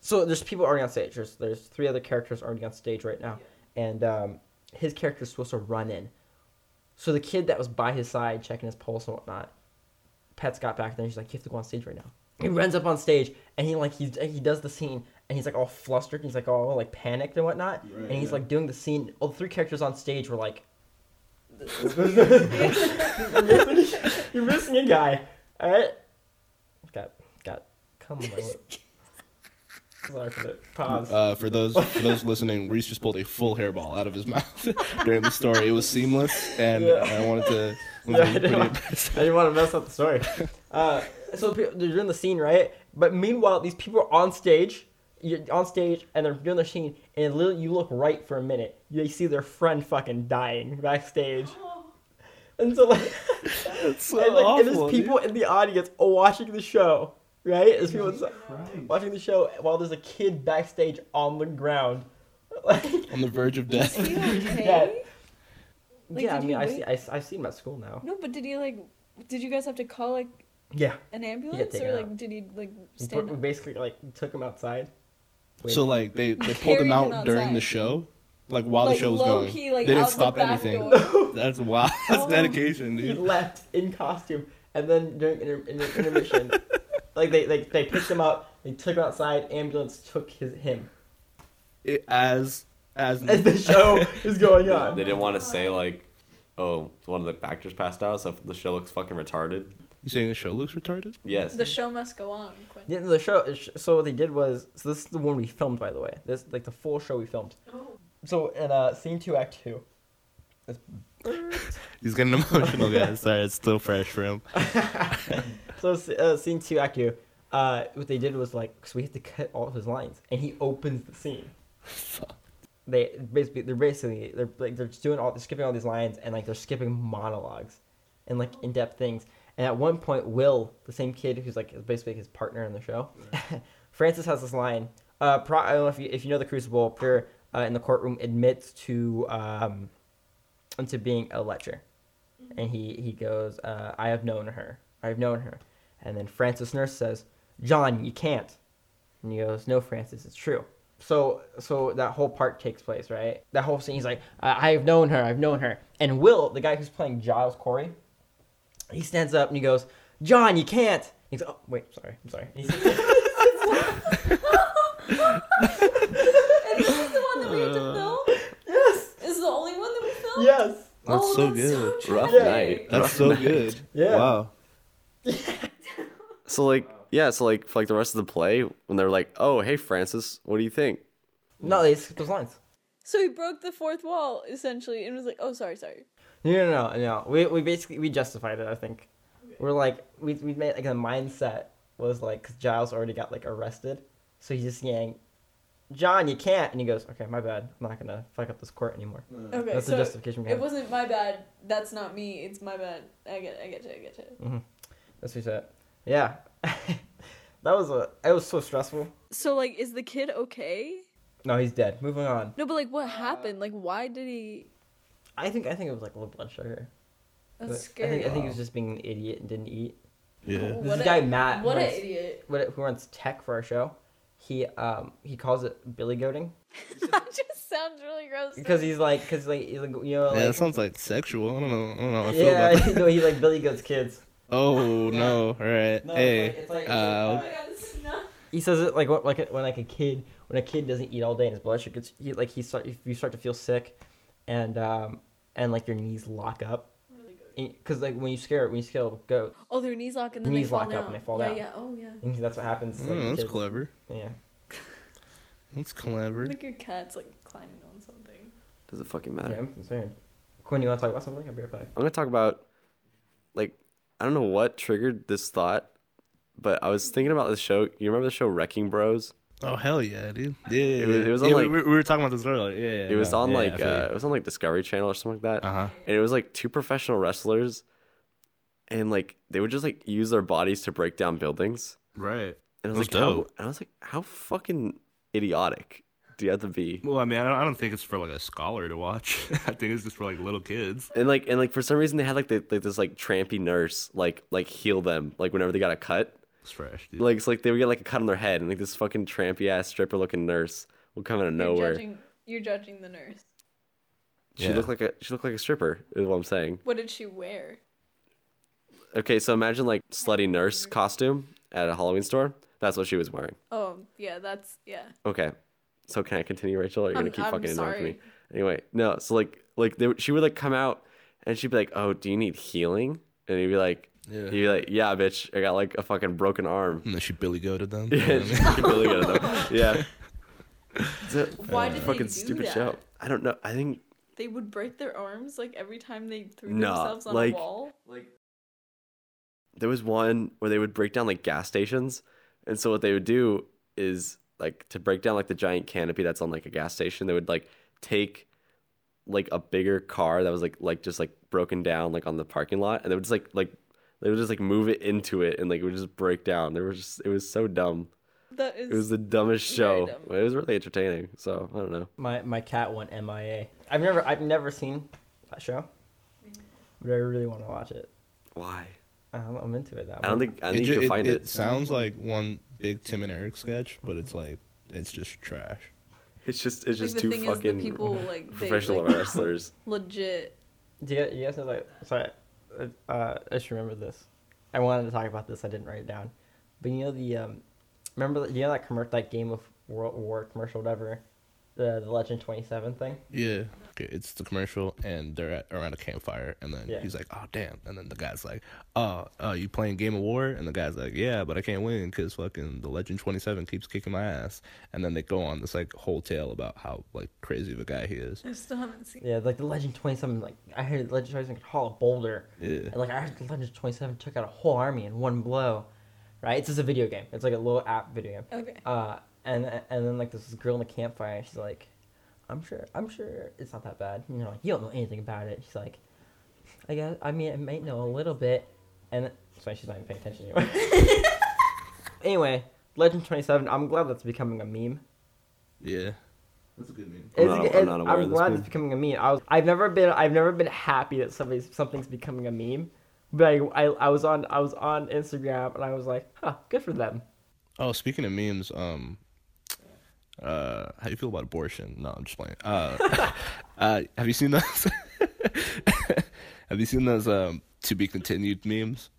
[SPEAKER 6] So there's people already on stage. There's there's three other characters already on stage right now, and um, his character is supposed to run in. So the kid that was by his side checking his pulse and whatnot, Pets got back there and she's like, You have to go on stage right now. He
[SPEAKER 1] Mm-hmm.
[SPEAKER 6] runs up on stage and he like he, he does the scene and he's like all flustered and he's like all like panicked and whatnot.
[SPEAKER 2] Right,
[SPEAKER 6] and he's
[SPEAKER 2] yeah.
[SPEAKER 6] like doing the scene. All the three characters on stage were like You're missing a guy. Alright. Got got come on my lip. Sorry for the pause.
[SPEAKER 1] Uh, for those for those listening, Reese just pulled a full hairball out of his mouth [laughs] during the story. It was seamless, and
[SPEAKER 6] Yeah.
[SPEAKER 1] I wanted to. [laughs]
[SPEAKER 6] Yeah, [laughs] [laughs] I didn't want- I didn't want to mess up the story. Uh, so pe- they're doing the scene, right? But meanwhile, these people are on stage, you're on stage, and they're doing their scene, and literally you look right for a minute, you see their friend fucking dying backstage, and so like,
[SPEAKER 1] It's so
[SPEAKER 6] and, like and
[SPEAKER 1] awful,
[SPEAKER 6] there's
[SPEAKER 1] dude.
[SPEAKER 6] people in the audience watching the show, right? There's people
[SPEAKER 2] Christ.
[SPEAKER 6] watching the show while there's a kid backstage on the ground, [laughs] like.
[SPEAKER 1] on the verge of
[SPEAKER 3] Is
[SPEAKER 6] [laughs]
[SPEAKER 1] death.
[SPEAKER 3] he okay? Like,
[SPEAKER 6] yeah, I
[SPEAKER 3] did
[SPEAKER 6] mean,
[SPEAKER 3] you
[SPEAKER 6] I
[SPEAKER 3] wait?
[SPEAKER 6] see, I, I've seen him at school now.
[SPEAKER 3] No, but did he like? Did you guys have to call like
[SPEAKER 6] Yeah,
[SPEAKER 3] an ambulance
[SPEAKER 6] taken
[SPEAKER 3] or like
[SPEAKER 6] out.
[SPEAKER 3] did he like
[SPEAKER 6] we
[SPEAKER 3] stand up?
[SPEAKER 6] basically like took him outside. Wait.
[SPEAKER 1] So like they, they pulled
[SPEAKER 3] Carried
[SPEAKER 1] them
[SPEAKER 3] him
[SPEAKER 1] out during
[SPEAKER 3] outside.
[SPEAKER 1] the show, like while
[SPEAKER 3] Like,
[SPEAKER 1] the show was
[SPEAKER 3] low
[SPEAKER 1] going.
[SPEAKER 3] key, like,
[SPEAKER 1] they
[SPEAKER 3] out
[SPEAKER 1] didn't
[SPEAKER 3] the
[SPEAKER 1] stop
[SPEAKER 3] back
[SPEAKER 1] anything.
[SPEAKER 3] door.
[SPEAKER 1] [laughs] That's wow. That's
[SPEAKER 3] Oh.
[SPEAKER 1] dedication,
[SPEAKER 6] he
[SPEAKER 1] dude.
[SPEAKER 6] left in costume, and then during inter- inter-
[SPEAKER 1] [laughs]
[SPEAKER 6] intermission, like they, they they picked him up, they took him outside. Ambulance took his
[SPEAKER 1] [laughs]
[SPEAKER 6] him
[SPEAKER 1] It- as
[SPEAKER 3] [laughs]
[SPEAKER 1] as
[SPEAKER 6] as the show is going
[SPEAKER 4] They
[SPEAKER 6] on.
[SPEAKER 4] didn't want to say like, oh, one of the actors passed out, so the show looks fucking retarded.
[SPEAKER 1] [laughs] you saying the show looks retarded?
[SPEAKER 4] Yes.
[SPEAKER 3] [laughs] The show must go on. Quinn.
[SPEAKER 6] The end of the show. is- So what they did was so this is the one we filmed by the way. This like the full show we filmed. So in uh scene two, act two.
[SPEAKER 1] He's getting emotional, [laughs] guys. Sorry, it's still fresh for him.
[SPEAKER 6] So uh, scene two, act two. Uh, what they did was like, because we had to cut all of his lines, and he opens the scene. They basically, they're basically, they're like, they're just doing all, they're skipping all these lines, and like they're skipping monologues, and like in-depth things. And at one point, Will, the same kid who's like basically his partner in the show, [laughs] Francis has this line. Uh, pro- I don't know if you, if you know the Crucible, Peter uh, in the courtroom admits to um, to being a lecher and he he goes, uh, "I have known her. I have known her." And then Francis Nurse says, "John, you can't." And he goes, "No, Francis, it's true." So so that whole part takes place, right? That whole scene. He's like, "I I have known her. I've known her." And Will, the guy who's playing Giles Corey, he stands up and he goes, "John, you can't." He's oh wait, sorry, I'm sorry. And he-
[SPEAKER 3] and this is the one that we had to film.
[SPEAKER 6] yes,
[SPEAKER 3] This is the only one that we filmed.
[SPEAKER 6] yes.
[SPEAKER 1] That's
[SPEAKER 3] oh,
[SPEAKER 1] so
[SPEAKER 3] that's
[SPEAKER 1] good.
[SPEAKER 3] So
[SPEAKER 4] Rough
[SPEAKER 3] tragic.
[SPEAKER 4] night.
[SPEAKER 1] That's so good.
[SPEAKER 6] Yeah.
[SPEAKER 1] Wow.
[SPEAKER 4] So like yeah, so like for like the rest of the play, when they're like, oh hey Francis, what do you think?
[SPEAKER 6] No, they skipped those lines.
[SPEAKER 3] So he broke the fourth wall essentially and was like, "Oh, sorry, sorry."
[SPEAKER 6] No, no, no, no. We we basically we justified it. I think we're like we we made like the mindset was like 'cause Giles already got like arrested, so he's just saying, John, you can't. And he goes, okay, my bad. I'm not gonna fuck up this court anymore.
[SPEAKER 3] Okay,
[SPEAKER 6] Uh, That's the
[SPEAKER 3] so
[SPEAKER 6] justification
[SPEAKER 3] it
[SPEAKER 6] behind. It
[SPEAKER 3] wasn't my bad. That's not me. It's my bad. I get, I get you. I get you.
[SPEAKER 6] That's what he said. Yeah, [laughs] that was a. It was so stressful.
[SPEAKER 3] So like, is the kid okay?
[SPEAKER 6] No, he's dead. Moving on.
[SPEAKER 3] No, but like,
[SPEAKER 6] Uh,
[SPEAKER 3] what happened? Like, why did he?
[SPEAKER 6] I think I think it was like low blood sugar.
[SPEAKER 3] That's
[SPEAKER 6] But
[SPEAKER 3] scary.
[SPEAKER 6] I think I think he was just being an idiot and didn't eat.
[SPEAKER 1] Yeah.
[SPEAKER 6] This guy Matt
[SPEAKER 3] What an
[SPEAKER 6] runs-
[SPEAKER 3] idiot!
[SPEAKER 6] [laughs]
[SPEAKER 3] [laughs]
[SPEAKER 6] What who runs tech for our show? He um he calls it billy goating
[SPEAKER 3] that just sounds really gross. to
[SPEAKER 6] because
[SPEAKER 3] me.
[SPEAKER 6] he's like because like he's like you know
[SPEAKER 1] Yeah, that
[SPEAKER 6] like
[SPEAKER 1] sounds like sexual. I don't know. I don't know. How I feel
[SPEAKER 6] yeah, [laughs]
[SPEAKER 3] [laughs]
[SPEAKER 1] about that.
[SPEAKER 6] no he like billy goats kids.
[SPEAKER 1] Oh no! All right.
[SPEAKER 6] No,
[SPEAKER 1] hey.
[SPEAKER 6] it's like, it's like, it's like,
[SPEAKER 3] Oh
[SPEAKER 1] uh,
[SPEAKER 3] my God, this is not-
[SPEAKER 6] he says it like what like a- when like a kid when a kid doesn't eat all day and his blood sugar gets he, like he start if you start to feel sick, and um and like your knees lock up because like when you scare when you scare a goat [laughs]
[SPEAKER 3] Oh, their knees lock and then
[SPEAKER 6] Knees
[SPEAKER 3] they fall
[SPEAKER 6] lock
[SPEAKER 3] down.
[SPEAKER 6] up and they fall
[SPEAKER 3] yeah,
[SPEAKER 6] down.
[SPEAKER 3] Yeah, Oh yeah.
[SPEAKER 6] and that's what happens. to, like,
[SPEAKER 1] mm, that's
[SPEAKER 6] kids.
[SPEAKER 1] clever.
[SPEAKER 6] Yeah.
[SPEAKER 1] That's clever.
[SPEAKER 3] Like your cat's like climbing on something.
[SPEAKER 4] Doesn't fucking
[SPEAKER 6] yeah,
[SPEAKER 4] matter.
[SPEAKER 6] I'm concerned. Quinn, you want to talk about something? I'll be right back.
[SPEAKER 4] I'm gonna talk about like I don't know what triggered this thought, but I was thinking about the show. You remember the show Wrecking Bros?
[SPEAKER 1] Oh hell yeah, dude. Yeah. yeah,
[SPEAKER 4] It was-
[SPEAKER 1] yeah.
[SPEAKER 4] it was
[SPEAKER 1] Yeah,
[SPEAKER 4] on,
[SPEAKER 1] we-
[SPEAKER 4] like-
[SPEAKER 1] we, we were talking about this earlier. Yeah. yeah,
[SPEAKER 4] It was
[SPEAKER 1] no,
[SPEAKER 4] on
[SPEAKER 1] yeah,
[SPEAKER 4] like uh, it was on like Discovery Channel or something like that.
[SPEAKER 1] Uh huh.
[SPEAKER 4] And it was like two professional wrestlers, and like they would just like use their bodies to break down buildings.
[SPEAKER 1] Right.
[SPEAKER 4] And I was
[SPEAKER 1] That's
[SPEAKER 4] like, how,
[SPEAKER 1] dope.
[SPEAKER 4] and I was like, how fucking idiotic do you have to be?
[SPEAKER 1] Well, I mean, I don't, I don't think it's for like a scholar to watch. [laughs] I think it's just for like little kids.
[SPEAKER 4] And like and like for some reason they had like, the, like this like trampy nurse like like heal them like whenever they got a cut.
[SPEAKER 1] It's fresh, dude.
[SPEAKER 4] Like it's like they would get like a cut on their head and like this fucking trampy ass stripper looking nurse will come out of
[SPEAKER 3] You're
[SPEAKER 4] nowhere.
[SPEAKER 3] judging, you're judging the nurse.
[SPEAKER 4] She
[SPEAKER 1] Yeah.
[SPEAKER 4] looked like a she looked like a stripper. Is what I'm saying.
[SPEAKER 3] What did she wear?
[SPEAKER 4] Okay, so imagine like slutty nurse costume at a Halloween store. That's what she was wearing.
[SPEAKER 3] Oh yeah, that's yeah.
[SPEAKER 4] Okay, so can I continue, Rachel? Or you're gonna
[SPEAKER 3] I'm-
[SPEAKER 4] keep
[SPEAKER 3] I'm
[SPEAKER 4] fucking annoying
[SPEAKER 3] sorry.
[SPEAKER 4] me. Anyway, no. So like like they, she would like come out and she'd be like, "Oh, do you need healing?" And he'd be like,
[SPEAKER 1] Yeah.
[SPEAKER 4] "He'd be like, yeah, bitch, I got like a fucking broken arm."
[SPEAKER 1] And then she Billy goaded
[SPEAKER 4] [laughs]
[SPEAKER 1] them.
[SPEAKER 4] Yeah, she fucking really good at them. Yeah. It's a
[SPEAKER 3] Why did they
[SPEAKER 4] Uh, fucking
[SPEAKER 3] do
[SPEAKER 4] stupid
[SPEAKER 3] that?
[SPEAKER 4] show. I don't know. I think
[SPEAKER 3] They would break their arms like every time they threw
[SPEAKER 4] Nah,
[SPEAKER 3] themselves on
[SPEAKER 4] like-
[SPEAKER 3] a wall.
[SPEAKER 4] there was one where they would break down like gas stations and so what they would do is like to break down like the giant canopy that's on like a gas station they would like take like a bigger car that was like like just like broken down like on the parking lot and they would just like like they would just like move it into it and like it would just break down they were just it was so dumb
[SPEAKER 3] That is
[SPEAKER 4] it was the dumbest
[SPEAKER 3] Very
[SPEAKER 4] show
[SPEAKER 3] dumb.
[SPEAKER 4] but it was really entertaining so i don't know
[SPEAKER 6] My my cat went MIA. I've never I've never seen that show, Mm. but I really want to watch it.
[SPEAKER 4] why
[SPEAKER 6] I'm, I'm into it that
[SPEAKER 4] i don't
[SPEAKER 6] much.
[SPEAKER 4] think i think
[SPEAKER 1] ju-
[SPEAKER 4] you can find it, uh,
[SPEAKER 1] sounds like one big Tim and Eric sketch, but it's like it's just trash.
[SPEAKER 4] it's just it's
[SPEAKER 3] like,
[SPEAKER 4] just
[SPEAKER 3] the
[SPEAKER 4] two
[SPEAKER 3] thing is
[SPEAKER 4] fucking
[SPEAKER 3] the people like they
[SPEAKER 4] professional
[SPEAKER 3] like, [laughs]
[SPEAKER 4] wrestlers
[SPEAKER 3] legit
[SPEAKER 6] Do you, you guys know like sorry, uh, uh, I just remember this. I wanted to talk about this. I didn't write it down, but you know the um, remember the, you know that commercial that Game of World War commercial whatever, the the Legend Twenty Seven thing.
[SPEAKER 1] Yeah. Okay, it's the commercial, and they're at, around a campfire, and then
[SPEAKER 6] Yeah.
[SPEAKER 1] he's like, "Oh damn!" And then the guy's like, "Oh, uh, you playing Game of War?" And the guy's like, "Yeah, but I can't win because fucking the Legend Twenty Seven keeps kicking my ass." And then they go on this like whole tale about how like crazy of a guy he is.
[SPEAKER 3] I still haven't seen
[SPEAKER 6] Yeah, like the Legend Twenty Seven. Like I heard Legend Twenty Seven could haul a boulder.
[SPEAKER 1] Yeah.
[SPEAKER 6] And, like I heard the Legend Twenty Seven took out a whole army in one blow. Right? It's just a video game. It's like a little app video game.
[SPEAKER 3] Okay.
[SPEAKER 6] Uh, and and then like there's this girl in the campfire. And she's like, I'm sure, I'm sure it's not that bad. You know, like, you don't know anything about it. She's like, I guess, I mean, I might know a little bit. And sorry, she's not even paying attention anyway. [laughs] anyway, Legend Twenty Seven. I'm glad that's becoming a meme.
[SPEAKER 1] Yeah. That's a good meme.
[SPEAKER 4] I'm
[SPEAKER 6] It's,
[SPEAKER 4] not-
[SPEAKER 6] it's,
[SPEAKER 4] I'm
[SPEAKER 6] I'm,
[SPEAKER 4] not aware of this
[SPEAKER 6] glad
[SPEAKER 4] meme.
[SPEAKER 6] it's becoming a meme. I was, I've never been, I've never been happy that somebody's something's becoming a meme. But I, I, I was on, I was on Instagram, and I was like, huh, good for them.
[SPEAKER 1] Oh, speaking of memes, um, uh, how do you feel about abortion? No, I'm just playing. [laughs] Uh, uh have you seen those? [laughs] have you seen those um to be continued memes?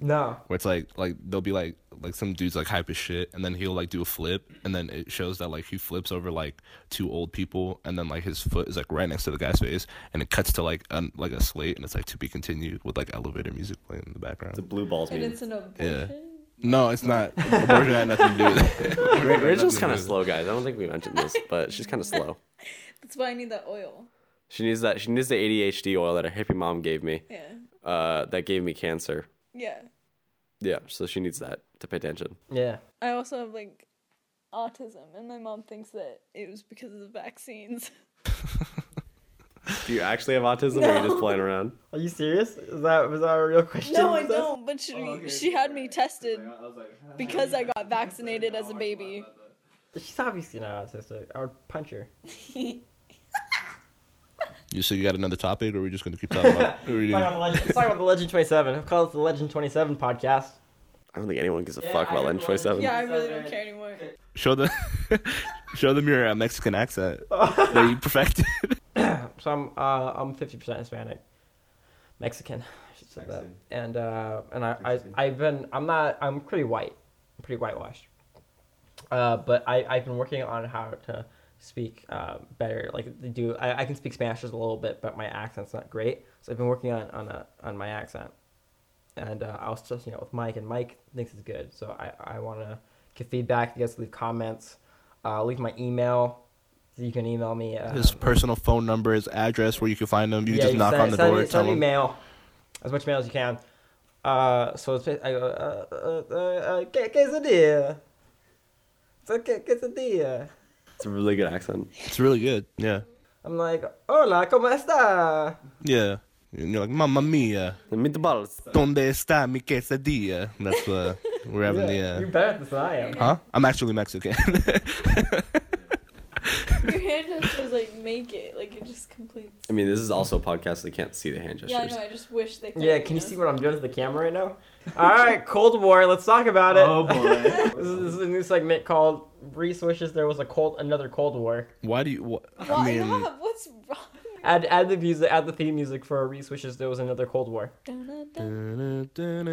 [SPEAKER 6] No,
[SPEAKER 1] Where it's like, like they'll be like, like some dude's like hype as shit, and then he'll like do a flip, and then it shows that like he flips over like two old people, and then like his foot is like right next to the guy's face, and it cuts to like un, like a slate, and it's like to be continued with like elevator music playing in the background.
[SPEAKER 4] the blue balls
[SPEAKER 3] and
[SPEAKER 4] [laughs] meme.
[SPEAKER 3] it's an abortion.
[SPEAKER 1] No, it's not. Abortion had nothing to do with [laughs] it.
[SPEAKER 4] Rachel's kind of slow, guys. I don't think we mentioned
[SPEAKER 3] [laughs]
[SPEAKER 4] this, but she's kind of slow.
[SPEAKER 3] That's why I need that oil.
[SPEAKER 4] She needs that. She needs the ADHD oil that her hippie mom gave me.
[SPEAKER 3] Yeah.
[SPEAKER 4] Uh, that gave me cancer.
[SPEAKER 3] Yeah.
[SPEAKER 4] Yeah, so she needs that to pay attention.
[SPEAKER 6] yeah.
[SPEAKER 3] I also have like autism, and my mom thinks that it was because of the vaccines.
[SPEAKER 4] Do you actually have autism or are you
[SPEAKER 3] No.
[SPEAKER 4] just playing around?
[SPEAKER 6] Are you serious? Is that was that a real [laughs]
[SPEAKER 3] [laughs]
[SPEAKER 6] question?
[SPEAKER 3] no, I
[SPEAKER 6] Was that-
[SPEAKER 3] don't. Oh, But she she had me tested because [laughs] I got vaccinated as a baby.
[SPEAKER 6] She's obviously not autistic. I would punch her.
[SPEAKER 3] [laughs]
[SPEAKER 1] You so you got another topic, or are we just gonna keep talking about? or we
[SPEAKER 6] Let's talk [laughs] about
[SPEAKER 1] didn't-
[SPEAKER 6] the Legend- let's talk about the Legend 27. I'll call it the Legend 27 podcast.
[SPEAKER 4] I don't think anyone gives a
[SPEAKER 6] Yeah,
[SPEAKER 4] fuck
[SPEAKER 6] I
[SPEAKER 4] about
[SPEAKER 6] heard
[SPEAKER 4] Len
[SPEAKER 6] one.
[SPEAKER 4] 27.
[SPEAKER 3] Yeah, I really [laughs] don't care anymore.
[SPEAKER 1] show the [laughs] show them your uh, Mexican accent
[SPEAKER 6] [laughs]
[SPEAKER 1] that you perfected.
[SPEAKER 6] So I'm uh, I'm 50% Hispanic, Mexican, I should say that.
[SPEAKER 2] Mexican.
[SPEAKER 6] And uh, and I, I
[SPEAKER 2] Mexican.
[SPEAKER 6] I've been I'm not I'm pretty white, I'm pretty whitewashed. Uh, but I I've been working on how to speak uh, better. Like they do I, I can speak Spanish just a little bit, but my accent's not great. So I've been working on on a, on my accent. and uh, I was just you know with Mike, and Mike thinks it's good. So I, I want to give feedback. You guys leave comments, uh, leave my email. So you can email me. Uh,
[SPEAKER 1] [laughs] His personal phone number, his address, where you can find them. You just
[SPEAKER 6] you
[SPEAKER 1] knock
[SPEAKER 6] send,
[SPEAKER 1] on the
[SPEAKER 6] send
[SPEAKER 1] door.
[SPEAKER 6] Me,
[SPEAKER 1] tell
[SPEAKER 6] send me
[SPEAKER 1] them.
[SPEAKER 6] mail, as much mail as you can. Uh, so it's, I go, uh, uh, uh, uh, que- quesadilla. It's a que- quesadilla.
[SPEAKER 4] It's a really good accent.
[SPEAKER 1] It's really good. Yeah,
[SPEAKER 6] I'm like, hola, ¿cómo está?
[SPEAKER 1] yeah. And you're like, Mamma mia,
[SPEAKER 4] The meatballs.
[SPEAKER 1] donde está mi quesadilla? And That's uh, we're having
[SPEAKER 6] Yeah,
[SPEAKER 1] the.
[SPEAKER 6] You're
[SPEAKER 1] Uh,
[SPEAKER 6] better at this than I am.
[SPEAKER 1] huh? I'm actually Mexican. [laughs]
[SPEAKER 3] Your hand gestures like make it like it just completes.
[SPEAKER 4] I mean, this is also a podcast, so they can't see the hand
[SPEAKER 3] Yeah, I
[SPEAKER 4] gestures.
[SPEAKER 3] know. I just wish they. could,
[SPEAKER 6] Yeah, can you see what I'm doing to the camera right now? All right, Cold War. Let's talk about it.
[SPEAKER 2] Oh, boy.
[SPEAKER 6] [laughs] this, is, this is a new segment called "Reese wishes there was a cold another Cold War."
[SPEAKER 1] Why do you? What,
[SPEAKER 3] Well,
[SPEAKER 1] I mean,
[SPEAKER 3] Rob, what's wrong?
[SPEAKER 6] Add add the music, add the theme music for Reese wishes there was another Cold War.
[SPEAKER 3] Dun, dun, dun.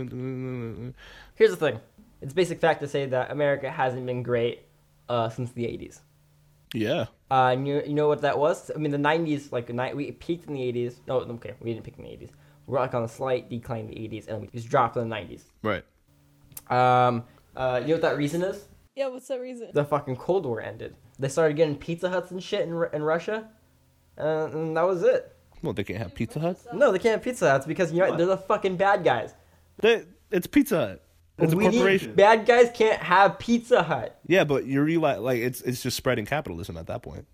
[SPEAKER 1] That's
[SPEAKER 6] Here's the thing: it's basic fact to say that America hasn't been great uh, since the '80s.
[SPEAKER 1] Yeah.
[SPEAKER 6] Uh, and you, you know what that was? I mean, the '90s, like the ni- we peaked in the '80s. No, okay, we didn't peak in the '80s. We're like on a slight decline in the '80s, and we just dropped in the '90s.
[SPEAKER 1] Right.
[SPEAKER 6] Um, uh, you know what that reason is?
[SPEAKER 3] Yeah, what's that reason?
[SPEAKER 6] the fucking Cold War ended. They started getting Pizza Huts and shit in, Ru- in Russia, uh, and that was it.
[SPEAKER 1] Well, they can't have Pizza Hut.
[SPEAKER 6] No, they can't have Pizza Huts because you know what? they're the fucking bad guys.
[SPEAKER 1] They, it's Pizza Hut. It's a
[SPEAKER 6] We need-
[SPEAKER 1] corporation.
[SPEAKER 6] bad guys can't have Pizza Hut.
[SPEAKER 1] Yeah, but you realize like it's it's just spreading capitalism at that point.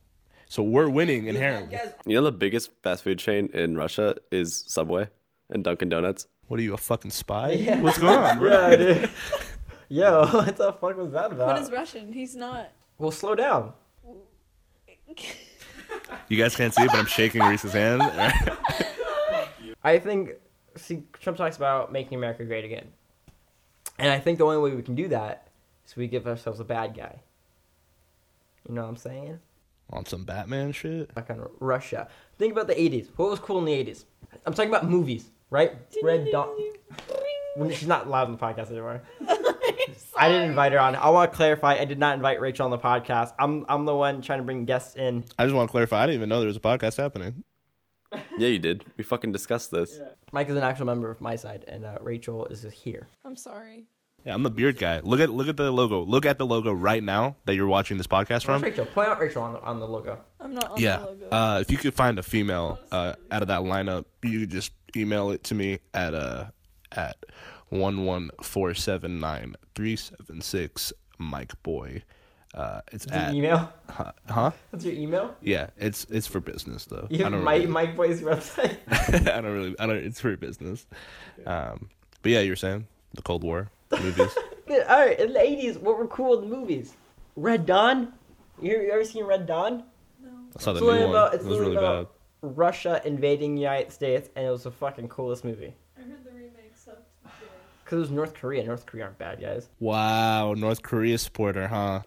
[SPEAKER 1] So we're winning inherently.
[SPEAKER 4] You know the biggest fast food chain in Russia is Subway and Dunkin' Donuts.
[SPEAKER 1] What are you a fucking spy?
[SPEAKER 6] Yeah.
[SPEAKER 1] What's going on, bro?
[SPEAKER 6] Yeah, dude. [laughs] Yo, what the fuck was that about?
[SPEAKER 3] What is Russian? He's not. [laughs]
[SPEAKER 6] well, slow down.
[SPEAKER 1] You guys can't see it, but I'm shaking Reese's hand.
[SPEAKER 6] I think, see, Trump talks about making America great again. And I think the only way we can do that is we give ourselves a bad guy. You know what I'm saying?
[SPEAKER 1] [laughs] on some Batman shit.
[SPEAKER 6] back on Russia. Think about the 80s. What was cool in the 80s? I'm talking about movies, right? Red Dawn. When- She's not allowed on the
[SPEAKER 3] [laughs]
[SPEAKER 6] podcast anymore. I didn't invite her on. I want to clarify. I did not invite Rachel on the podcast. I'm I'm the one trying to bring guests in.
[SPEAKER 1] I just want to clarify. I didn't even know there was a podcast happening.
[SPEAKER 4] Yeah, you did. We fucking discussed this.
[SPEAKER 6] Mike is an actual member of my side, and uh, Rachel is just here.
[SPEAKER 3] I'm sorry.
[SPEAKER 1] Yeah, I'm the beard guy. Look at look at the logo. Look at the logo right now that you're watching this podcast
[SPEAKER 6] Where's
[SPEAKER 1] from.
[SPEAKER 6] Rachel, point out Rachel on the, on the logo.
[SPEAKER 3] I'm not on
[SPEAKER 1] Yeah.
[SPEAKER 3] the logo.
[SPEAKER 1] Uh, if you could find a female uh, out of that lineup, you could just email it to me at uh at one one four seven nine three seven six Mike Boy. Uh, it's
[SPEAKER 6] Is it
[SPEAKER 1] at
[SPEAKER 6] email? [laughs]
[SPEAKER 1] huh, huh?
[SPEAKER 6] That's your email.
[SPEAKER 1] Yeah, it's it's for business though.
[SPEAKER 6] You
[SPEAKER 1] I
[SPEAKER 6] have
[SPEAKER 1] don't
[SPEAKER 6] my
[SPEAKER 1] really,
[SPEAKER 6] Mike Boy's website.
[SPEAKER 1] [laughs] I don't really I don't it's for business. Um, but yeah, you were saying the Cold War
[SPEAKER 6] [laughs]
[SPEAKER 1] movies.
[SPEAKER 6] All right, in the 80s, what were cool in the movies? Red Dawn. You, you ever seen Red Dawn?
[SPEAKER 1] I saw Oh, the
[SPEAKER 6] It's
[SPEAKER 1] new
[SPEAKER 6] literally
[SPEAKER 1] one.
[SPEAKER 6] about,
[SPEAKER 1] it
[SPEAKER 6] it's
[SPEAKER 1] was
[SPEAKER 6] literally
[SPEAKER 1] really bad.
[SPEAKER 6] about Russia invading the United States, and it was the fucking coolest movie.
[SPEAKER 3] I heard the remake sucked.
[SPEAKER 6] Because it was North Korea. North Korea aren't bad guys. [laughs]
[SPEAKER 1] Wow, North Korea supporter, huh?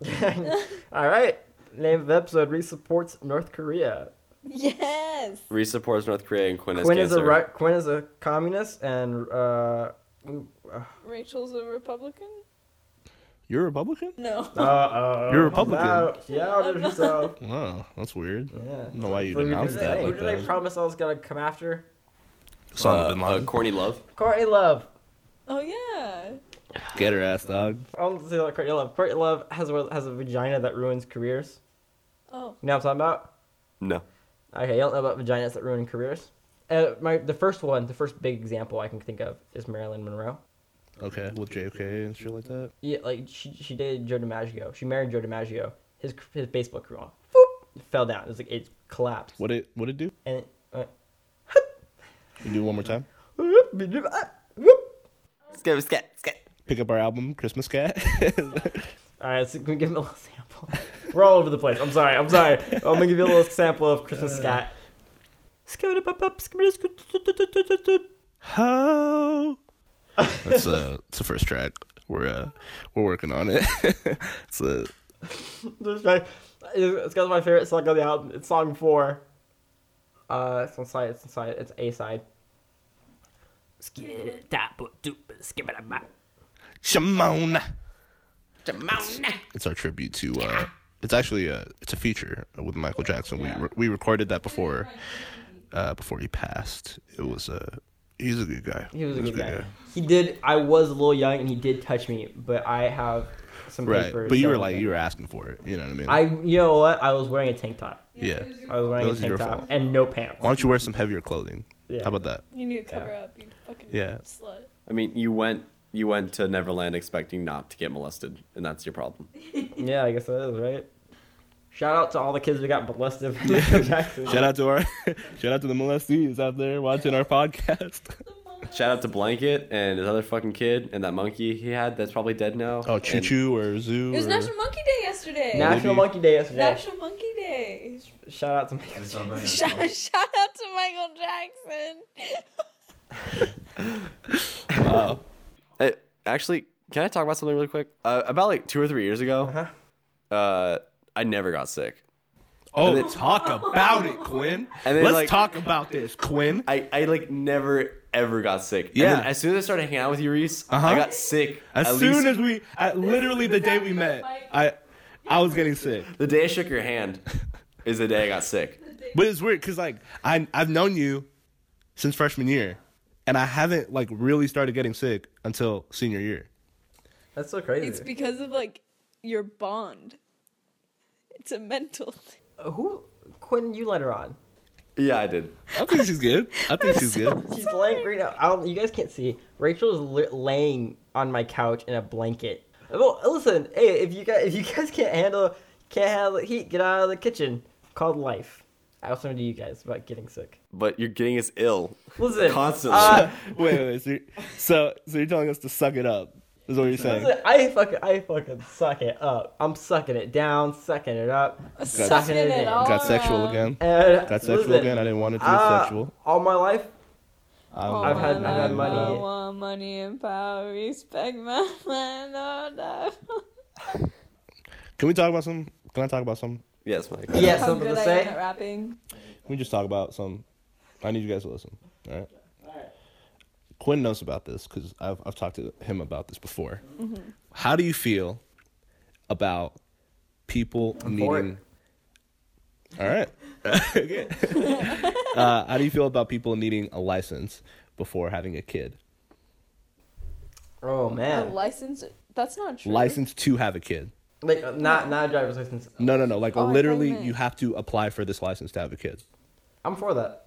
[SPEAKER 6] All right. Name of the episode, Reese supports North Korea.
[SPEAKER 3] Yes.
[SPEAKER 4] Reese supports North Korea and Quinn has
[SPEAKER 6] Quinn is,
[SPEAKER 4] cancer.
[SPEAKER 6] a, Ru- Quinn is a communist, and uh, uh,
[SPEAKER 3] Rachel's a Republican?
[SPEAKER 1] You're a Republican?
[SPEAKER 3] No.
[SPEAKER 6] uh,
[SPEAKER 1] You're a Republican.
[SPEAKER 6] She
[SPEAKER 1] [laughs]
[SPEAKER 6] outed herself.
[SPEAKER 1] Wow, that's weird. I
[SPEAKER 6] Yeah.
[SPEAKER 1] don't know why you
[SPEAKER 6] Who do
[SPEAKER 1] denounced
[SPEAKER 6] they,
[SPEAKER 1] that uh,
[SPEAKER 6] who
[SPEAKER 1] like
[SPEAKER 6] do they
[SPEAKER 1] that.
[SPEAKER 6] promise I was gonna come after?
[SPEAKER 1] Osama
[SPEAKER 4] Uh,
[SPEAKER 1] bin
[SPEAKER 4] uh,
[SPEAKER 1] Laden.
[SPEAKER 4] corny love.
[SPEAKER 6] Courtney Love.
[SPEAKER 3] Oh, yeah.
[SPEAKER 1] Get her ass, dog.
[SPEAKER 6] I don't say like Courtney Love. Courtney Love has a, has a vagina that ruins careers.
[SPEAKER 3] Oh.
[SPEAKER 6] You know what I'm talking about?
[SPEAKER 4] No.
[SPEAKER 6] Okay, you don't know about vaginas that ruin careers? uh, my the first one, the first big example I can think of is Marilyn Monroe.
[SPEAKER 1] Okay, with JFK and shit like that.
[SPEAKER 6] Yeah, like she she dated Joe DiMaggio. She married Joe DiMaggio. His his baseball career whoop, fell down. It was like it collapsed.
[SPEAKER 1] What it what it do?
[SPEAKER 6] And it, uh,
[SPEAKER 1] You do it one more time.
[SPEAKER 4] Skip, skip, skip.
[SPEAKER 1] Pick up our album, Christmas Cat. [laughs]
[SPEAKER 6] all right, so can we give him a little sample? [laughs] We're all over the place. I'm sorry. I'm sorry. I'm gonna give you a little sample of
[SPEAKER 1] Uh.
[SPEAKER 6] Christmas Scat.
[SPEAKER 1] How? That's uh, it's the first track. We're uh, we're working on it. [laughs] it's uh,
[SPEAKER 6] This guy- It's got my favorite song on the album. It's song four. Uh, it's on side. It's on side. It's A side.
[SPEAKER 1] Shimon. It's our tribute to. Uh, it's actually a. It's a feature with Michael Jackson. We re- we recorded that before, uh, before he passed. It was Uh, he's a good guy.
[SPEAKER 6] He was a good guy. He did. I was a little young, and he did touch me, but I have some
[SPEAKER 1] Right,
[SPEAKER 6] papers
[SPEAKER 1] but you were
[SPEAKER 6] showing
[SPEAKER 1] like
[SPEAKER 6] that.
[SPEAKER 1] you were asking for it. You know what I mean?
[SPEAKER 6] I, you know what? I was wearing a tank top.
[SPEAKER 1] yeah.
[SPEAKER 6] I was wearing
[SPEAKER 1] Those are
[SPEAKER 6] a tank
[SPEAKER 1] your
[SPEAKER 6] top
[SPEAKER 1] fault.
[SPEAKER 6] and no pants.
[SPEAKER 1] Why don't you wear some heavier clothing?
[SPEAKER 6] Yeah.
[SPEAKER 1] How about that?
[SPEAKER 3] You need to cover up, you fucking
[SPEAKER 1] Yeah.
[SPEAKER 3] slut.
[SPEAKER 4] I mean, you went you went to Neverland expecting not to get molested, and that's your problem.
[SPEAKER 6] Yeah, I guess that is right. Shout out to all the kids that got molested [laughs] by Michael Jackson.
[SPEAKER 1] Shout out to our, [laughs] shout out to the molestees out there watching our podcast.
[SPEAKER 4] Shout out to Blanket and his other fucking kid and that monkey he had that's probably dead now.
[SPEAKER 1] [laughs] Oh, Choo
[SPEAKER 4] And
[SPEAKER 1] Choo or Zoo.
[SPEAKER 3] It was
[SPEAKER 1] or-
[SPEAKER 3] National Monkey Day yesterday.
[SPEAKER 1] Nat-
[SPEAKER 6] National
[SPEAKER 1] Maybe.
[SPEAKER 6] Monkey Day yesterday.
[SPEAKER 3] National Monkey Day.
[SPEAKER 6] Shout out to
[SPEAKER 3] [laughs]
[SPEAKER 6] Michael.
[SPEAKER 3] Shout, shout out to Michael Jackson.
[SPEAKER 4] Uh, actually, can I talk about something really quick? Uh, about like two or three years ago,
[SPEAKER 1] Uh-huh.
[SPEAKER 4] uh, I never got sick.
[SPEAKER 1] Oh, talk about it, Quinn.
[SPEAKER 4] And then,
[SPEAKER 1] Let's
[SPEAKER 4] like-
[SPEAKER 1] talk about this, Quinn.
[SPEAKER 4] I, I like never ever got sick.
[SPEAKER 1] Yeah.
[SPEAKER 4] And then as soon as I started hanging out with you, Reese, I
[SPEAKER 1] Uh-huh.
[SPEAKER 4] got sick.
[SPEAKER 1] As
[SPEAKER 4] at
[SPEAKER 1] soon
[SPEAKER 4] least
[SPEAKER 1] as we, I, literally the day we met, I, I was getting sick.
[SPEAKER 4] the day I shook your hand is the day I got sick.
[SPEAKER 1] But it's weird because like I, I've known you since freshman year, and I haven't like really started getting sick until senior year.
[SPEAKER 6] [laughs] That's so crazy.
[SPEAKER 3] It's because of like your bond. It's a mental thing.
[SPEAKER 6] Who? Quinn, you let her on.
[SPEAKER 4] Yeah, I did.
[SPEAKER 1] I think she's good. I think she's good.
[SPEAKER 6] She's laying right now. I don't, you guys can't see. Rachel is li- laying on my couch in a blanket. Well, listen, hey, if you guys if you guys can't handle can't handle the heat, get out of the kitchen. Called life. I was talking to you guys about getting sick.
[SPEAKER 4] But you're getting us ill.
[SPEAKER 6] Listen,
[SPEAKER 4] Constantly.
[SPEAKER 6] uh,
[SPEAKER 1] [laughs] Wait, wait. wait so, you're, so, so you're telling us to suck it up? Is what you're saying?
[SPEAKER 6] listen, I fucking I fucking suck it up. I'm sucking it down, sucking it up, sucking it, in.
[SPEAKER 3] all
[SPEAKER 1] Got sexual
[SPEAKER 3] around.
[SPEAKER 1] again. Ah.
[SPEAKER 6] And,
[SPEAKER 1] Got sexual
[SPEAKER 6] listen,
[SPEAKER 1] again. I didn't want it to be
[SPEAKER 6] uh,
[SPEAKER 1] sexual.
[SPEAKER 6] All my life,
[SPEAKER 1] I'm-
[SPEAKER 3] All
[SPEAKER 6] I've had-
[SPEAKER 3] my
[SPEAKER 6] I've had
[SPEAKER 3] life
[SPEAKER 6] money.
[SPEAKER 3] Oh, I want money and power. Respect my [laughs] mind. Oh, no.
[SPEAKER 1] Can we talk about some? Can I talk about some?
[SPEAKER 4] yes, Mike.
[SPEAKER 6] yeah,
[SPEAKER 3] How
[SPEAKER 6] something
[SPEAKER 3] good
[SPEAKER 6] to
[SPEAKER 3] I
[SPEAKER 6] say.
[SPEAKER 3] am at rapping.
[SPEAKER 1] Can we just talk about some? I need you guys to listen. All right. Quinn knows about this because I've I've talked to him about this before. How do you feel about people
[SPEAKER 6] for
[SPEAKER 1] needing? All right. Okay. uh, how do you feel about people needing a license before having a kid?
[SPEAKER 6] Oh
[SPEAKER 3] A
[SPEAKER 6] man,
[SPEAKER 3] license? That's not true.
[SPEAKER 1] License to have a kid.
[SPEAKER 6] like uh, not not a driver's license.
[SPEAKER 1] No, no, no. Like
[SPEAKER 3] Oh, I thought you
[SPEAKER 1] literally,
[SPEAKER 3] meant-
[SPEAKER 1] you have to apply for this license to have a kid.
[SPEAKER 6] I'm for that.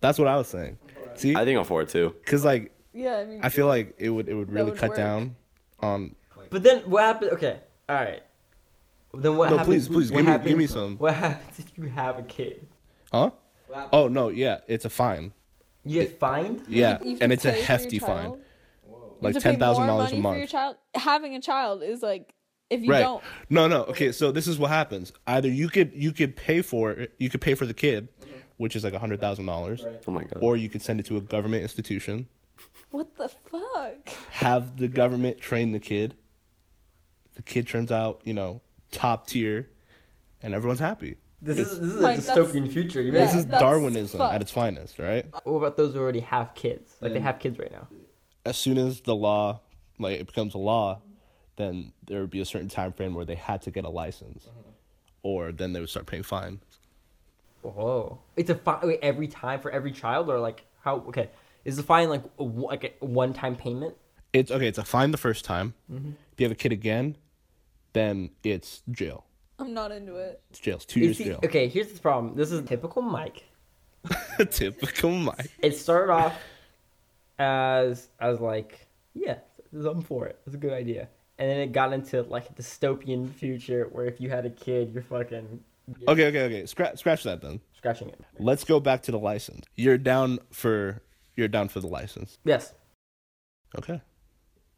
[SPEAKER 1] That's what I was saying. See,
[SPEAKER 4] I think I'm for it too.
[SPEAKER 1] because like
[SPEAKER 3] Yeah, I mean,
[SPEAKER 1] I feel like it would it would really
[SPEAKER 3] would
[SPEAKER 1] cut
[SPEAKER 3] work.
[SPEAKER 1] down on.
[SPEAKER 6] But then what happens? Okay, all right. Then what
[SPEAKER 1] No, please,
[SPEAKER 6] happens?
[SPEAKER 1] please,
[SPEAKER 6] what
[SPEAKER 1] give me-
[SPEAKER 6] happens-
[SPEAKER 1] give me some.
[SPEAKER 6] What [laughs] happens if you have a kid?
[SPEAKER 1] Huh? Oh no, yeah, it's a fine.
[SPEAKER 6] You get fined?
[SPEAKER 1] Yeah,
[SPEAKER 3] You have
[SPEAKER 1] and
[SPEAKER 3] to
[SPEAKER 1] it's a
[SPEAKER 3] pay for your
[SPEAKER 1] hefty
[SPEAKER 3] child.
[SPEAKER 1] fine, like
[SPEAKER 3] To pay
[SPEAKER 1] ten
[SPEAKER 3] more
[SPEAKER 1] thousand dollars a
[SPEAKER 3] money For your
[SPEAKER 1] month.
[SPEAKER 3] child. Having a child is like, if you
[SPEAKER 1] Right?
[SPEAKER 3] don't,
[SPEAKER 1] No, no. Okay, so this is what happens. Either you could you could pay for it, you could pay for the kid,
[SPEAKER 3] Mm-hmm.
[SPEAKER 1] which is like hundred thousand dollars,
[SPEAKER 4] Oh my god.
[SPEAKER 1] or you could send it to a government institution,
[SPEAKER 3] what the fuck?
[SPEAKER 1] have the government train the kid. The kid turns out, you know, top tier, and everyone's happy.
[SPEAKER 6] This is this is
[SPEAKER 3] Like,
[SPEAKER 6] a
[SPEAKER 3] that's-
[SPEAKER 6] dystopian future. You
[SPEAKER 3] Yeah.
[SPEAKER 1] This is
[SPEAKER 3] that's
[SPEAKER 1] Darwinism
[SPEAKER 3] fucked.
[SPEAKER 1] at its finest, right?
[SPEAKER 6] What about those who already have kids? Like they have kids right now.
[SPEAKER 1] as soon as the law like it becomes a law then there would be a certain time frame where they had to get a license or then they would start paying fines
[SPEAKER 6] Whoa! It's a fine wait, every time for every child, or like how? Okay, is the fine like a, one- like a one time payment?
[SPEAKER 1] it's okay it's a fine the first time if you have a kid again then it's jail
[SPEAKER 3] I'm not into it.
[SPEAKER 1] it's jail it's two
[SPEAKER 6] Is
[SPEAKER 1] years
[SPEAKER 6] [laughs] he,
[SPEAKER 1] jail [laughs]
[SPEAKER 6] okay, here's the problem. This is typical Mike.
[SPEAKER 1] Typical Mike.
[SPEAKER 6] it started off as as like yeah i'm for it it's a good idea and then it got into like a dystopian future where if you had a kid you're fucking
[SPEAKER 1] Okay, okay, okay. Scratch, scratch that then.
[SPEAKER 6] scratching it
[SPEAKER 1] Let's go back to the license. You're down for you're down for the license.
[SPEAKER 6] yes
[SPEAKER 1] Okay.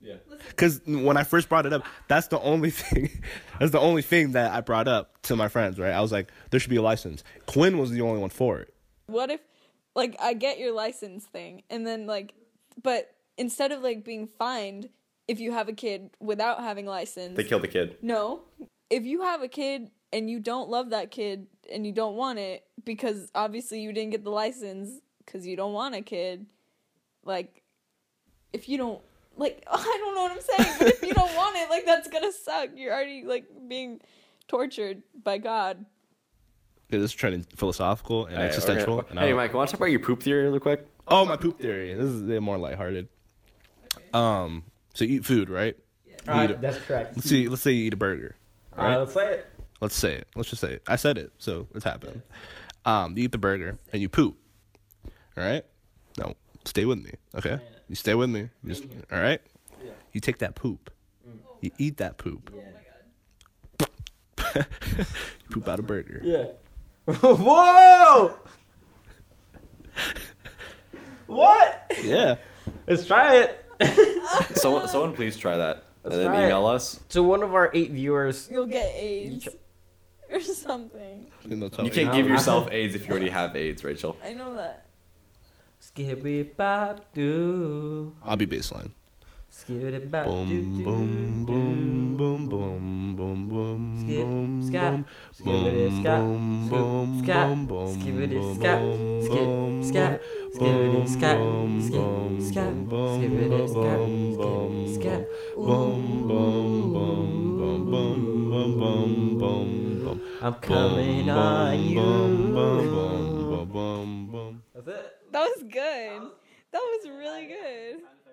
[SPEAKER 1] Yeah. Because when I first brought it up, that's the only [laughs] thing. That's the only thing that I brought up to my friends. Right? I was like, there should be a license. Quinn was the only one for it.
[SPEAKER 3] What if, like, I get your license thing, and then, like, but instead of, like, being fined if you have a kid without having license,
[SPEAKER 4] They kill the kid.
[SPEAKER 3] no. If you have a kid and you don't love that kid and you don't want it because obviously you didn't get the license because you don't want a kid, like, if you don't, like, [laughs] I don't know what I'm saying, but if you don't want it, like, that's gonna suck. You're already, like, being tortured by God.
[SPEAKER 1] It is trending philosophical and
[SPEAKER 4] All right,
[SPEAKER 1] existential.
[SPEAKER 4] we're gonna-
[SPEAKER 1] and uh, I
[SPEAKER 4] Hey,
[SPEAKER 1] don't-
[SPEAKER 4] Mike, want to talk about your poop theory real quick?
[SPEAKER 1] Oh, my poop theory. This is a more lighthearted. Um, so you eat food, right? You eat a-
[SPEAKER 6] Alright, that's correct
[SPEAKER 1] let's see. Let's say you eat a burger.
[SPEAKER 6] all right let's play it
[SPEAKER 1] Let's say it. Let's just say it. I said it, so it's happening. Um, you eat the burger and you poop. All right. No, stay with me. Okay. You stay with me. You Mm. just- all right. You take that poop. You eat that poop. Oh [laughs] you poop out a burger.
[SPEAKER 6] yeah [laughs] whoa [laughs] what
[SPEAKER 1] Yeah.
[SPEAKER 6] let's try it
[SPEAKER 4] Someone, someone, please try that and then
[SPEAKER 6] try it.
[SPEAKER 4] email us.
[SPEAKER 6] so one of our eight viewers
[SPEAKER 3] You'll get AIDS or something.
[SPEAKER 1] You know, tell
[SPEAKER 4] You
[SPEAKER 1] me.
[SPEAKER 4] can't
[SPEAKER 6] no,
[SPEAKER 4] give
[SPEAKER 6] I-
[SPEAKER 4] yourself AIDS if you already have AIDS, Rachel.
[SPEAKER 3] I know that.
[SPEAKER 6] skibby bop doo
[SPEAKER 1] I'll be baseline.
[SPEAKER 6] skibby bop
[SPEAKER 1] Boom, boom, boom, boom, boom, boom, boom,
[SPEAKER 6] Skip,
[SPEAKER 1] boom,
[SPEAKER 6] scat,
[SPEAKER 1] boom,
[SPEAKER 6] skibbity,
[SPEAKER 1] boom,
[SPEAKER 6] scat,
[SPEAKER 1] boom,
[SPEAKER 6] scoop,
[SPEAKER 1] boom,
[SPEAKER 6] scat,
[SPEAKER 1] boom, boom, boom,
[SPEAKER 6] skibbity,
[SPEAKER 1] boom,
[SPEAKER 6] scat, skip,
[SPEAKER 1] boom,
[SPEAKER 6] scat,
[SPEAKER 1] boom, boom, boom, boom,
[SPEAKER 6] skibbity, scat, skip, scat, skibbity, scat,
[SPEAKER 1] boom,
[SPEAKER 6] skip,
[SPEAKER 1] boom,
[SPEAKER 6] scat.
[SPEAKER 1] boom, boom, boom, boom, boom, boom, boom, boom, boom.
[SPEAKER 6] I'm coming on
[SPEAKER 1] Boom,
[SPEAKER 6] you.
[SPEAKER 1] boom, boom, boom, boom, boom, boom.
[SPEAKER 6] That's it.
[SPEAKER 3] That was good. That was really good.